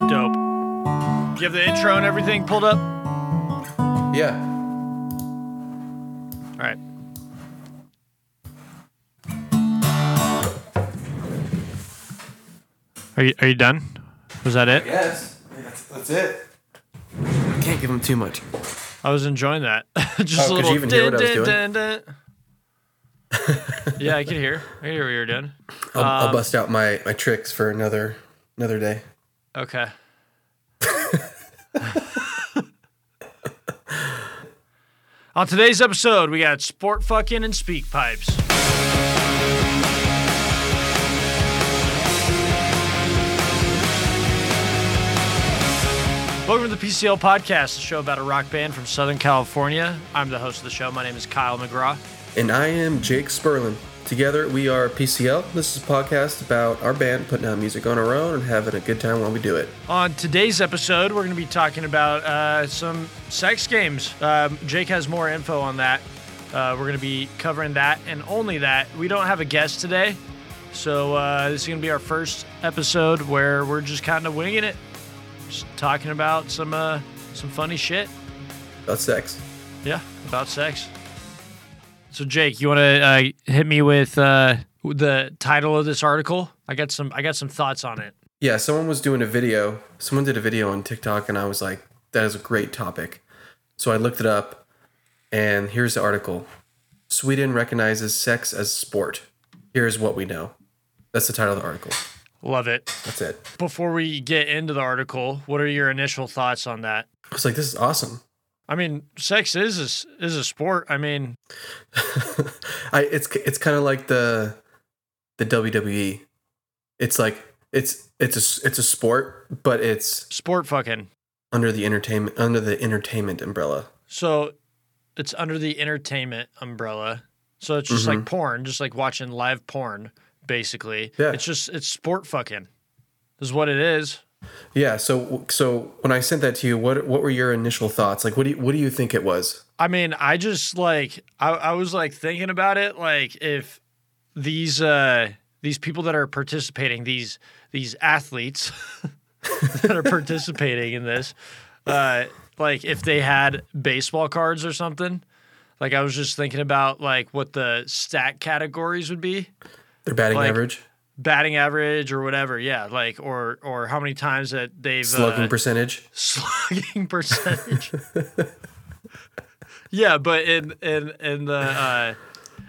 Dope. You have the intro and everything pulled up? All Yeah. right. Are you, are you done? Was that it? Yes. That's, that's it. Can't give him too much. I was enjoying that. Just a Oh, could little you even hear what I was dun, dun, dun. yeah, I could hear. I could hear what you were doing. I'll, I'll bust out my, my tricks for another another day. Okay. On today's episode, we got sport fucking and speak pipes. Welcome to the PCL Podcast, the show about a rock band from Southern California. I'm the host of the show. My name is Kyle McGraw. And I am Jake Sperlin. Together we are PCL. This is a podcast about our band putting out music on our own and having a good time while we do it. On today's episode, we're going to be talking about uh, some sex games. Um, Jake has more info on that. Uh, we're going to be covering that and only that. We don't have a guest today, so uh, this is going to be our first episode where we're just kind of winging it, just talking about some uh, some funny shit. About sex. Yeah, about sex. So, Jake, you want to uh, hit me with uh, the title of this article? I got some I got some thoughts on it. Yeah, someone was doing a video. Someone did a video on TikTok, and I was like, that is a great topic. So I looked it up, and here's the article Sweden recognizes sex as sport. Here's what we know. That's the title of the article. Love it. That's it. before we get into the article, what are your initial thoughts on that? I was like, this is awesome. I mean, sex is a, s- is a sport. I mean, I it's it's kind of like the the WWE. It's like it's it's a s- it's a sport, but it's sport fucking. under the entertainment under the entertainment umbrella. So it's under the entertainment umbrella. So it's just like porn, just like watching live porn, basically. Yeah. It's just, it's sport fucking, is what it is. Yeah. So so when I sent that to you, what what were your initial thoughts? Like, what do you, what do you think it was? I mean, I just like I, I was like thinking about it, like if these uh these people that are participating, these these athletes that are participating in this, uh, like if they had baseball cards or something. Like I was just thinking about like what the stat categories would be, Their batting Like, average, batting average or whatever. Yeah, like or or how many times that they've slugging uh, percentage. slugging percentage. yeah, but in in in the uh,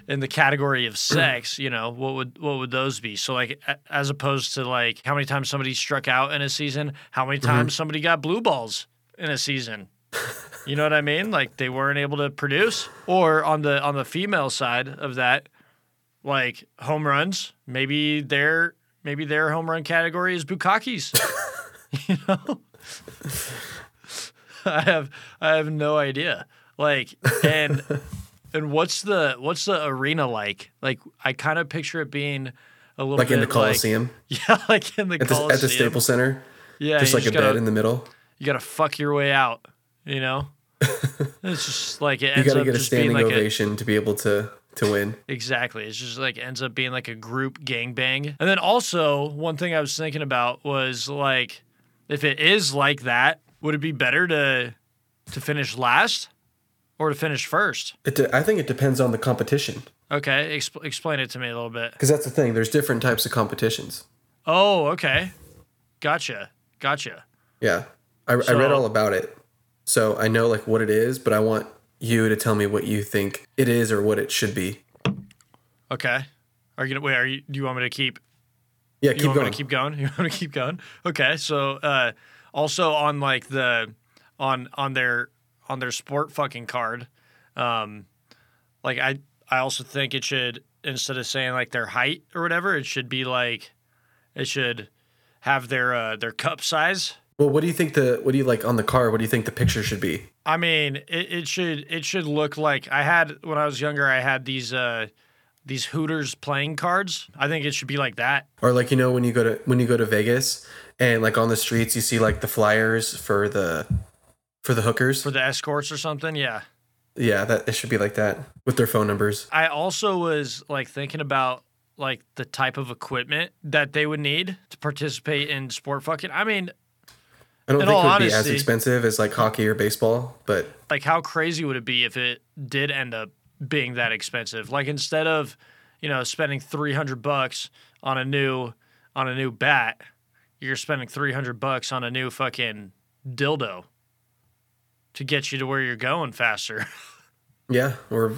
in the category of sex, you know, what would what would those be? So like, a- as opposed to like how many times somebody struck out in a season, how many times somebody got blue balls in a season. You know what I mean? Like they weren't able to produce. Or on the on the female side of that, like home runs, maybe their maybe their home run category is Bukakis. I have I have no idea. Like and and what's the what's the arena like? Like I kind of picture it being a little Like in the bit Coliseum yeah, like in the at the, Coliseum. at the Staples Center, yeah, just you like a gotta, bed in the middle. You gotta fuck your way out. You know, it's just like it You ends got to up get a just being standing like a, ovation to be able to to win. Exactly. It's just like ends up being like a group gangbang. And then also, one thing I was thinking about was like, if it is like that, would it be better to to finish last or to finish first? It de- I think it depends on the competition Okay, exp- explain it to me a little bit. because that's the thing. There's different types of competitions. Oh, okay, gotcha, gotcha. Yeah, I, I read So- all about it, so I know like what it is. But I want you to tell me what you think it is or what it should be. Okay, are you gonna wait? Are you? Do you want me to keep Yeah, You keep want going. me to keep going? You want me to keep going? Okay. So uh, also on like the on on their on their sport fucking card, um, like I I also think it should instead of saying like their height or whatever, it should be like it should have their uh, their cup size. Well, what do you think the what do you like on the car? What do you think the picture should be? I mean, it, it should it should look like I had when I was younger. I had these uh, these Hooters playing cards. I think it should be like that. Or like you know when you go to when you go to Vegas and like on the streets you see like the flyers for the for the hookers. for the escorts or something. Yeah. yeah, that it should be like that with their phone numbers. I also was like thinking about like the type of equipment that they would need to participate in sport fucking. I mean, I don't In think it would all be as honesty- expensive as like hockey or baseball, but like how crazy would it be if it did end up being that expensive like instead of you know spending 300 bucks on a new on a new bat you're spending 300 bucks on a new fucking dildo to get you to where you're going faster yeah, or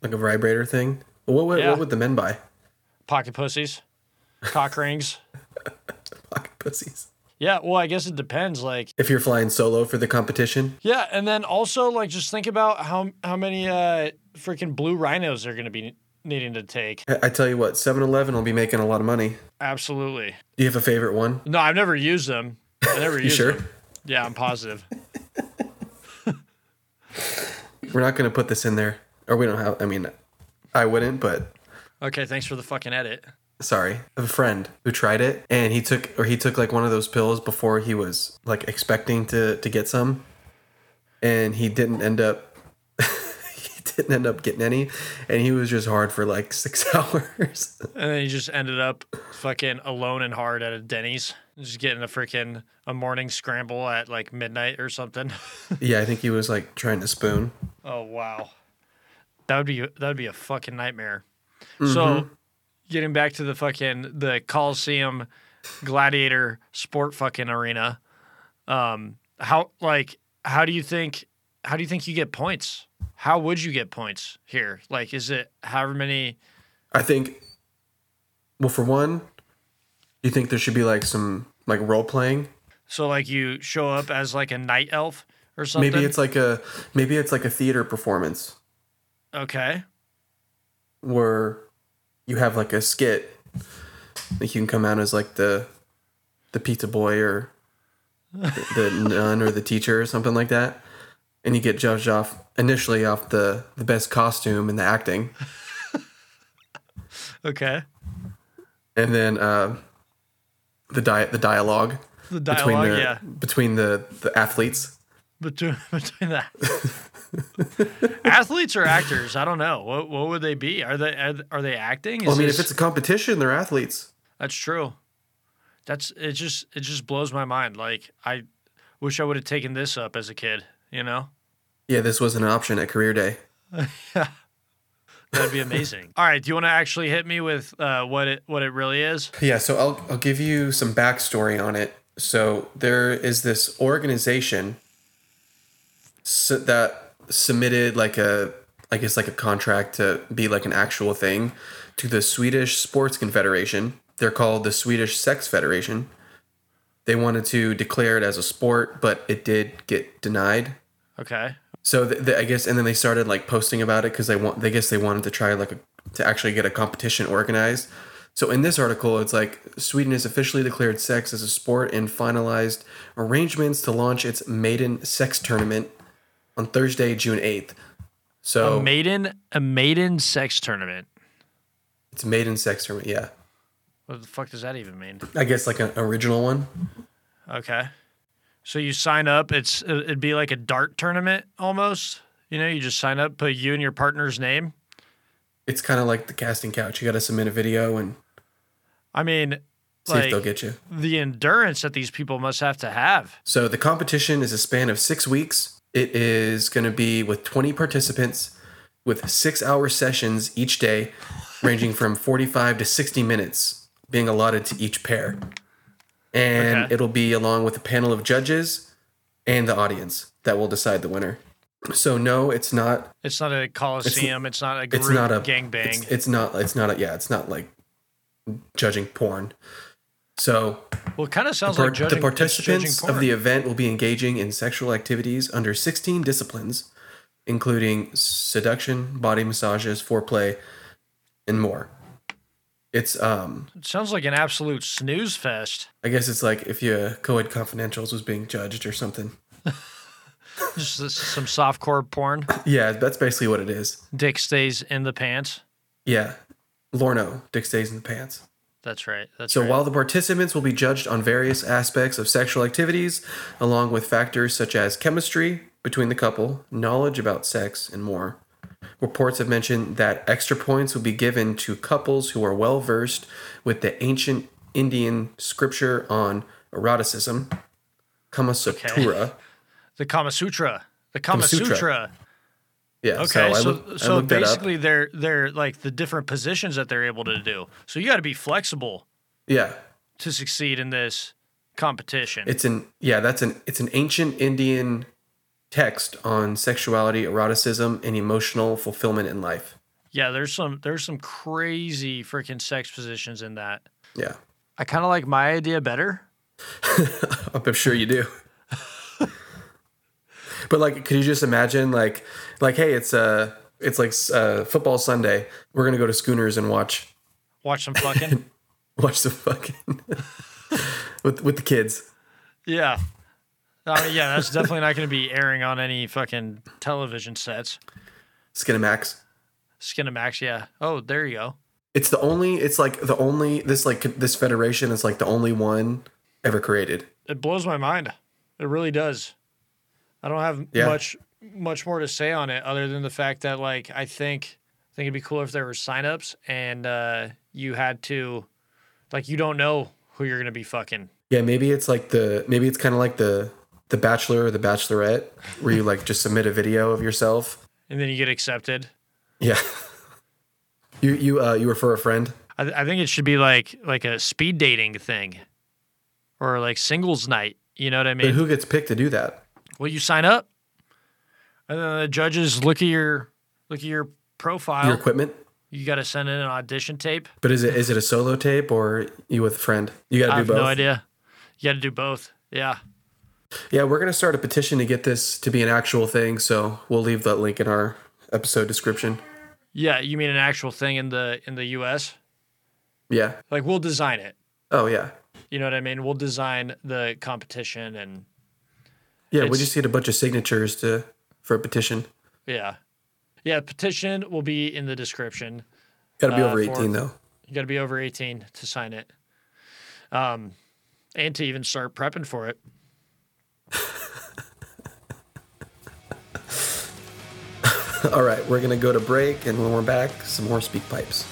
like a vibrator thing. What would, Yeah. what would the men buy? pocket pussies cock rings Pocket pussies. yeah well i guess it depends like If you're flying solo for the competition, yeah and then also like just think about how how many uh freaking blue rhinos they're gonna be needing to take I I tell you what, 7 Eleven will be making a lot of money. absolutely Do you have a favorite one? No, I've never used them. I never You used sure? them. Yeah, I'm positive. We're not going to put this in there. Or we don't have, I mean, I wouldn't, but Okay, thanks for the fucking edit. sorry. I have a friend who tried it and he took, or he took like one of those pills before he was like expecting to, to get some. And he didn't end up, he didn't end up getting any. And he was just hard for like six hours. And then you just ended up fucking alone and hard at a Denny's, just getting a freaking a morning scramble at like midnight or something. yeah, I think he was like trying to spoon. Oh wow, that would be that would be a fucking nightmare. So, Mm-hmm. getting back to the fucking the Coliseum Gladiator Sport fucking arena, um, how like how do you think how do you think you get points? How would you get points here? Like, is it however many? I think, well, for one, you think there should be like some like role playing So like you show up as like a night elf or something. maybe it's like a maybe it's like a theater performance okay. where you have like a skit like you can come out as like the the pizza boy or the, the nun or the teacher or something like that and you get judged off initially off the the best costume and the acting Okay. and then uh the diet the dialogue The between dialogue, the yeah. between the the athletes between between that athletes or actors i don't know what what would they be are they are, are they acting Is well, i mean this- if it's a competition they're athletes that's true that's it just it just blows my mind like i wish i would have taken this up as a kid you know yeah this was an option at career day that'd be amazing all right do you want to actually hit me with uh, what it what it really is Yeah, so I'll I'll give you some backstory on it. So there is this organization su- that submitted like a I guess like a contract to be like an actual thing to the Swedish Sports Confederation. They're called the Swedish Sex Federation. They wanted to declare it as a sport, but it did get denied. okay So th th I guess, and then they started like posting about it because they want. They guess they wanted to try like a, to actually get a competition organized. So in this article, it's like Sweden has officially declared sex as a sport and finalized arrangements to launch its maiden sex tournament on Thursday, June eighth. So a maiden a maiden sex tournament it's maiden sex tournament. Yeah, what the fuck does that even mean I guess like an original one. Okay. So you sign up. It's it'd be like a dart tournament almost. You know, you just sign up, put you and your partner's name. It's kind of like the casting couch. You got to submit a video and I mean, see if like they'll get you. the endurance that these people must have to have. So the competition is a span of six weeks. It is going to be with 20 participants with six hour sessions each day, ranging from 45 to 60 minutes, being allotted to each pair. And Okay. it'll be along with a panel of judges and the audience that will decide the winner. So no, it's not. It's not a coliseum. It's, not a group It's not a It's, gangbang. it's not. It's not a. Yeah, it's not like judging porn. So Well, it kind of sounds Par- like judging, the it's judging participants of porn. the event will be engaging in sexual activities under 16 disciplines, including seduction, body massages, foreplay, and more. It's um, It sounds like an absolute snooze fest. I guess it's like if your co-ed confidentials was being judged or something. Just this- some softcore porn. Yeah, that's basically what it is. Dick stays in the pants. Yeah, Lorno, Dick stays in the pants. That's right. That's So right. while the participants will be judged on various aspects of sexual activities, along with factors such as chemistry between the couple, knowledge about sex, and more, reports have mentioned that extra points will be given to couples who are well versed with the ancient Indian scripture on eroticism, Kama Sutra. The Kama Sutra. The Kama, Kama Sutra. Sutra. Yeah. Okay, I so look- I so looked that up. basically they're they're like the different positions that they're able to do. So you got to be flexible yeah, to succeed in this competition. it's an yeah that's an it's an ancient Indian text on sexuality, eroticism, and emotional fulfillment in life. yeah, there's some there's some crazy freaking sex positions in that. Yeah, I kind of like my idea better. I'm sure you do. but like, could you just imagine like like hey, it's uh, it's like uh, football Sunday. We're gonna go to Schooners and watch Watch some fucking watch the fucking with with the kids. yeah. I mean, yeah, that's definitely not going to be airing on any fucking television sets. Skinamax. Skinamax, yeah. Oh, there you go. It's the only. It's like the only. This like this federation is like the only one ever created. It blows my mind. It really does. I don't have Yeah. much much more to say on it other than the fact that like I think I think it'd be cooler if there were signups and uh you had to like you don't know who you're gonna be fucking. Yeah, maybe it's like the maybe it's kind of like the the Bachelor or the Bachelorette, where you like just submit a video of yourself. And then you get accepted. Yeah. You you uh you refer a friend. I, I think it should be like like a speed dating thing. Or like singles night. You know what I But mean? who gets picked to do that? Will you sign up? And then the judges look at your look at your profile. Your equipment. you gotta send in an audition tape. But is it is it a solo tape or you with a friend? You got to I do have both. no idea. You got to do both. Yeah. Yeah, we're gonna start a petition to get this to be an actual thing. So we'll leave that link in our episode description. Yeah, you mean an actual thing in the in the US? Yeah. Like we'll design it. Oh yeah. You know what I mean? We'll design the competition and Yeah, we It's- just need a bunch of signatures to for a petition. yeah. Yeah, petition will be in the description. Got to be Uh, over for- 18 though. You got to be over 18 to sign it. Um and to even start prepping for it. All right, we're gonna go to break, and when we're back, some more speak pipes.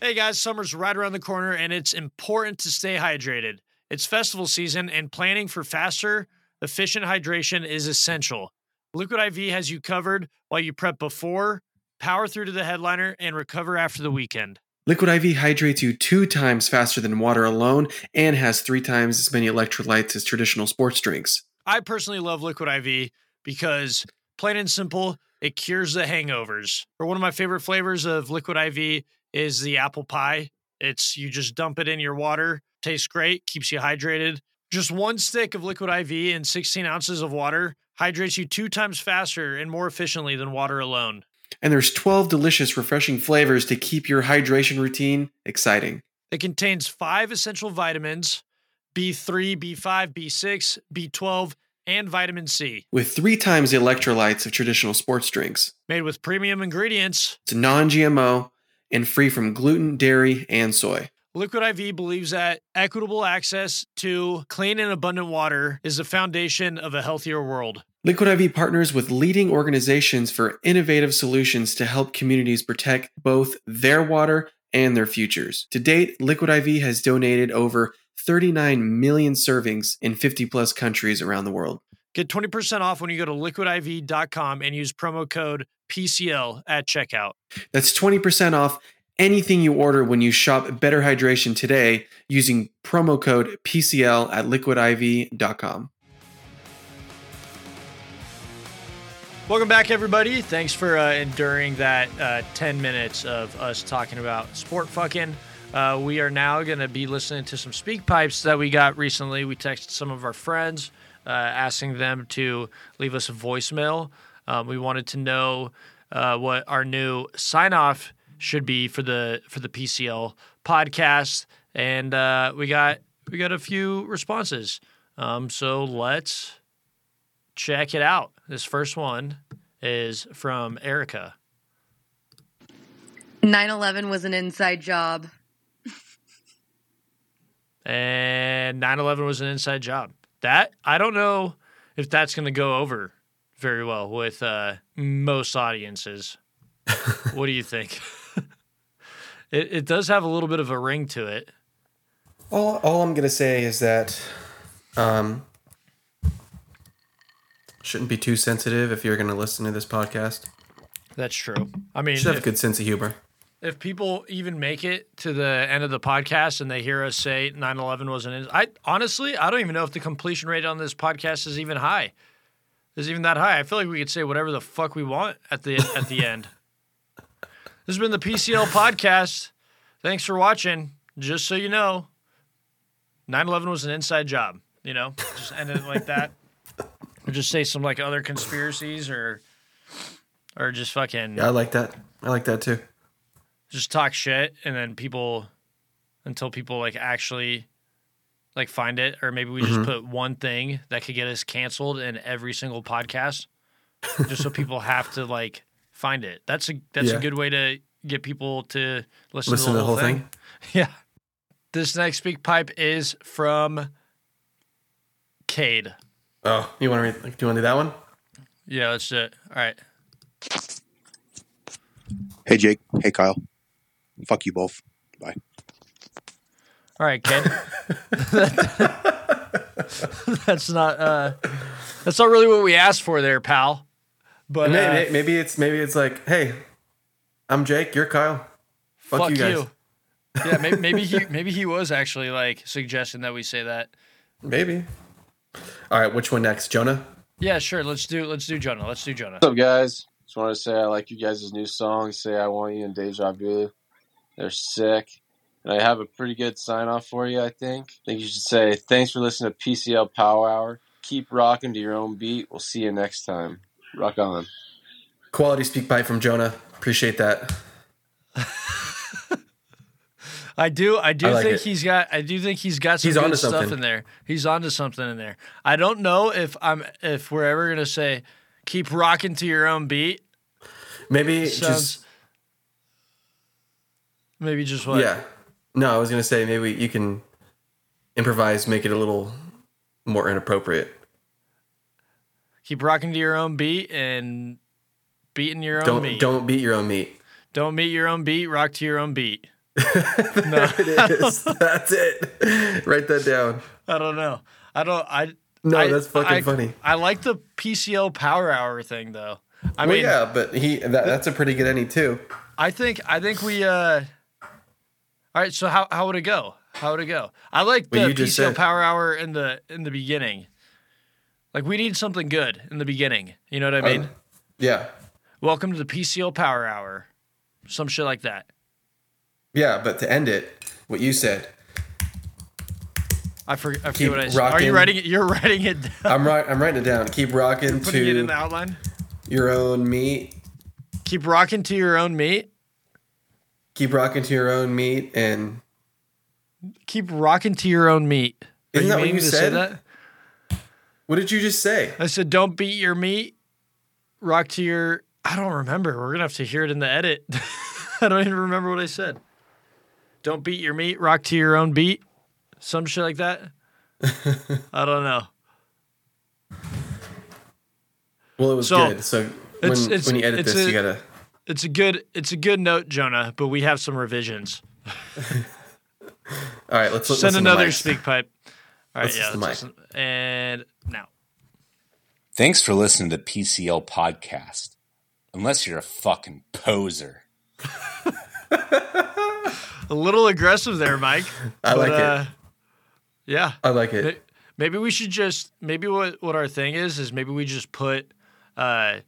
Hey guys, summer's right around the corner and it's important to stay hydrated. It's festival season and planning for faster, efficient hydration is essential. Liquid IV has you covered while you prep before, power through to the headliner, and recover after the weekend. Liquid IV hydrates you two times faster than water alone, and has three times as many electrolytes as traditional sports drinks. I personally love Liquid IV because, plain and simple, it cures the hangovers. Or one of my favorite flavors of Liquid IV is the apple pie. It's you just dump it in your water, tastes great, keeps you hydrated. Just one stick of Liquid IV in 16 ounces of water hydrates you two times faster and more efficiently than water alone. And there's 12 delicious, refreshing flavors to keep your hydration routine exciting. It contains five essential vitamins B3, B5, B6, B12, and vitamin C, With three times the electrolytes of traditional sports drinks, made with premium ingredients. it's non-GMO and free from gluten, dairy, and soy. Liquid IV believes that equitable access to clean and abundant water is the foundation of a healthier world. Liquid IV partners with leading organizations for innovative solutions to help communities protect both their water and their futures. To date, Liquid IV has donated over 39 million servings in 50 plus countries around the world. Get 20% off when you go to liquidiv.com and use promo code PCL at checkout. That's 20% off anything you order when you shop Better Hydration today using promo code PCL at liquidiv.com. Welcome back, everybody. Thanks for uh, enduring that uh, 10 minutes of us talking about sport fucking. Uh, we are now going to be listening to some speak pipes that we got recently. We texted some of our friends uh, asking them to leave us a voicemail. Um, we wanted to know uh, what our new sign off should be for the for the PCL podcast, and uh, we got we got a few responses. Um, so let's check it out. This first one is from Erica. 9 11 was an inside job. And 9 11 was an inside job. That, I don't know if that's going to go over very well with uh, most audiences. what do you think? it, it does have a little bit of a ring to it. All, all I'm going to say is that um, Shouldn't be too sensitive if you're going to listen to this podcast. That's true. I mean, Should have if- a good sense of humor. if people even make it to the end of the podcast and they hear us say 9-11 wasn't in i honestly i don't even know if the completion rate on this podcast is even high is even that high i feel like we could say whatever the fuck we want at the at the end this has been the pcl podcast thanks for watching just so you know 9-11 was an inside job you know just end it like that or just say some like other conspiracies or or just fucking Yeah, I like that. I like that too. just talk shit and then people until people like actually like find it or maybe we just put one thing that could get us canceled in every single podcast just so people have to like find it that's a that's Yeah. a good way to get people to listen, Listen to the whole thing, yeah this next speak pipe is from cade Oh, you want to read? Do you want to do that one? yeah that's it all right Hey, Jake. Hey, Kyle. Fuck you both. Bye. All right, Ken. that's not uh, that's not really what we asked for there, pal. But May- uh, may- maybe it's maybe it's like, hey, I'm Jake. You're Kyle. Fuck, fuck you guys. you. Yeah, maybe, maybe he maybe he was actually like suggesting that we say that. Maybe. All right, which one next, Jonah? Yeah, sure. Let's do let's do Jonah. Let's do Jonah. What's up, guys? Just want to say I like you guys' new song, Say I Want You and Deja Vu. They're sick. And I have a pretty good sign off for you, I think. I think you should say, thanks for listening to PCL Power Hour. Keep rocking to your own beat. We'll see you next time. Rock on. Quality speak bite from Jonah. Appreciate that. I do I do I like think it. he's got I do think he's got some He's good onto stuff something. in there. He's onto something in there. I don't know if I'm if we're ever gonna say keep rocking to your own beat. Maybe Sounds just maybe just what yeah. No, I was gonna say maybe you can improvise, make it a little more inappropriate. keep rocking to your own beat and beating your own Don't meat. don't beat your own meat. Don't meet your own beat, rock to your own beat. It is. that's it. Write that down. I don't know. I don't I No, I- that's fucking I- funny. I like the PCL power hour thing though. I well, mean yeah, but he that, that's a pretty good any too. I think I think we uh all right, so how, how would it go? How would it go? I like the Well, you PCL just said- power hour in the in the beginning. Like we need something good in the beginning. You know what I I- mean? Uh, Yeah, Welcome to the PCL power hour. Some shit like that. yeah. But to end it, what you said, I forget, I forget Keep what I said. Are rocking. you writing it? You're writing it down. I'm right. I'm writing it down. Keep rocking putting it in the to outline. your own meat. Keep rocking to your own meat. Keep rocking to your own meat. And Keep rocking to your own meat. Are Isn't that what meaning you to say said? that? what did you just say? I said, don't beat your meat. Rock to your. I don't remember. We're gonna have to hear it in the edit. I don't even remember what I said. Don't beat your meat. Rock to your own beat. Some shit like that. I don't know. Well, it was So, good. So when, it's- it's- when you edit it's a- this, you gotta. It's a good. It's a good note, Jonah. But we have some revisions. All right, let's Send another speak. speak pipe. All right, Let's yeah. use the let's mic. listen. And now. Thanks for listening to PCL Podcast. Unless you're a fucking poser. A little aggressive there, Mike. uh, I like it. Yeah. I like it. May- Maybe we should just maybe what what our thing is is maybe we just put uh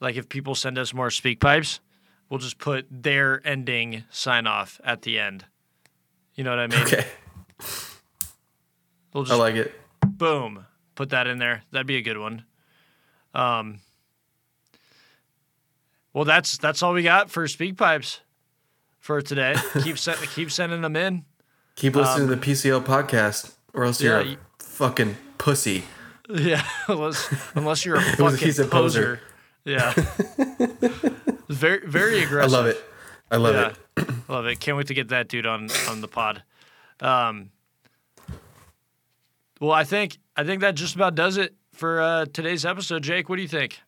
like if people send us more speak pipes, we'll just put their ending sign off at the end. You know what I mean? Okay, We'll I just like it. boom, put that in there. That'd be a good one. Um Well, that's that's all we got for speak pipes for today. keep sen- keep sending them in. Keep listening to the PCL podcast, or else you're Um, yeah, a fucking pussy. Yeah, unless unless you're a was- fucking he's a poser. poser. Yeah. very very I aggressive. love it. I love Yeah. it. love it. Can't wait to get that dude on on the pod. Um Well, I think I think that just about does it for uh today's episode. Jake, what do you think?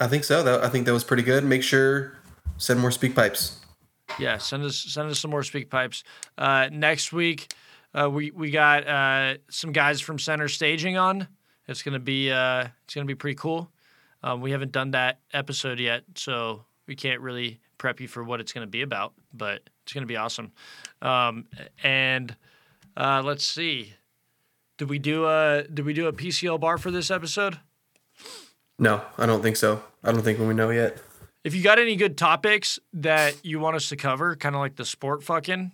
I think so. That, I think that was pretty good. Make sure send more speak pipes. Yeah, send us send us some more speak pipes. Uh next week uh we we got uh some guys from Center Staging on It's gonna be uh, it's gonna be pretty cool. Um, we haven't done that episode yet, so we can't really prep you for what it's gonna be about, but it's gonna be awesome. Um, and uh, let's see, did we do a did we do a PCL bar for this episode? No, I don't think so. I don't think we know yet. If you got any good topics that you want us to cover, kind of like the sport fucking,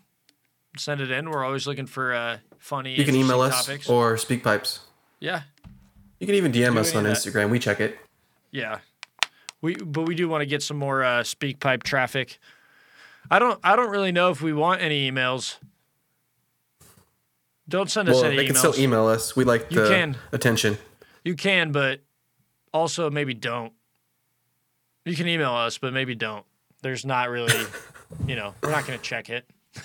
send it in. We're always looking for uh, funny. You can interesting email us topics. or speak pipes. yeah, You can even DM Do us any on of that. Instagram. We check it. Yeah. We but we do want to get some more uh speak pipe traffic. I don't I don't really know if we want any emails. Don't send us Well, any they emails. can still email us. We like You the can. attention. you can, but also maybe don't. You can email us, but maybe don't. There's not really, you know, we're not going to check it.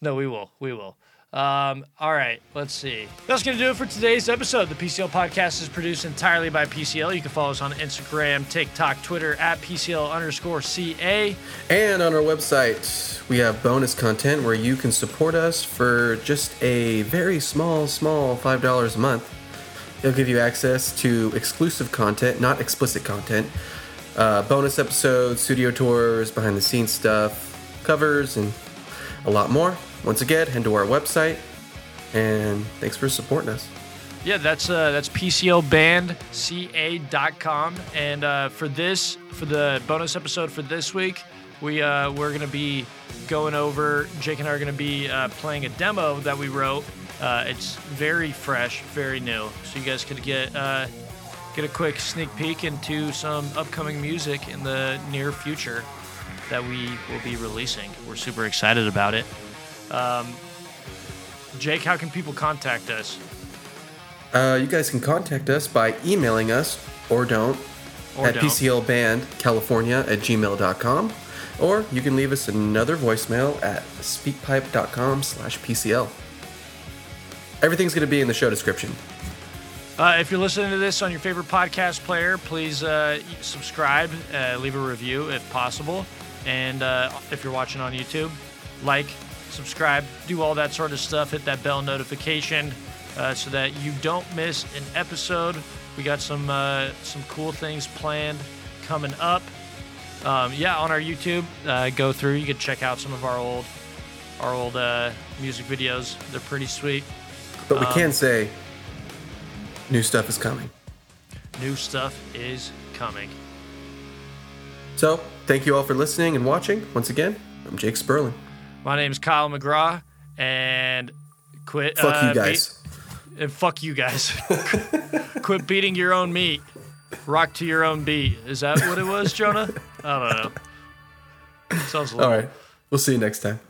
no, we will. We will. Um, all right, let's see. That's going to do it for today's episode. The PCL podcast is produced entirely by PCL. You can follow us on Instagram, TikTok, Twitter at PCL underscore CA. And on our website, we have bonus content where you can support us for just a very small, small $5 a month. It'll give you access to exclusive content, not explicit content, uh, bonus episodes, studio tours, behind the scenes stuff, covers, and a lot more. Once again, head to our website. And thanks for supporting us. Yeah, that's uh, that's PCLBandCA.com. And uh, for this, for the bonus episode for this week, we uh, we're gonna be going over. Jake and I are gonna be uh, playing a demo that we wrote. Uh, it's very fresh, very new, so you guys could get uh, get a quick sneak peek into some upcoming music in the near future that we will be releasing. We're super excited about it. Um, Jake, how can people contact us? Uh, you guys can contact us by emailing us or don't Or at don't. pclbandcalifornia at gmail.com or you can leave us another voicemail at speakpipe.com slash pcl everything's going to be in the show description Uh, if you're listening to this on your favorite podcast player, please uh, subscribe, uh, leave a review if possible. And uh, if you're watching on YouTube, like, subscribe, do all that sort of stuff. Hit that bell notification uh, so that you don't miss an episode. We got some uh, some cool things planned coming up. Um, yeah, on our YouTube, uh, go through. You can check out some of our old our old uh, music videos. They're pretty sweet. but Um, we can say new stuff is coming New stuff is coming. so thank you all for listening and watching once again i'm jake sperling My name's Kyle McGraw, and quit. fuck uh, you guys beat- and fuck you guys. quit beating your own meat. Rock to your own beat. Is that what it was, Jonah? I don't know. Sounds a little. all right we'll see you next time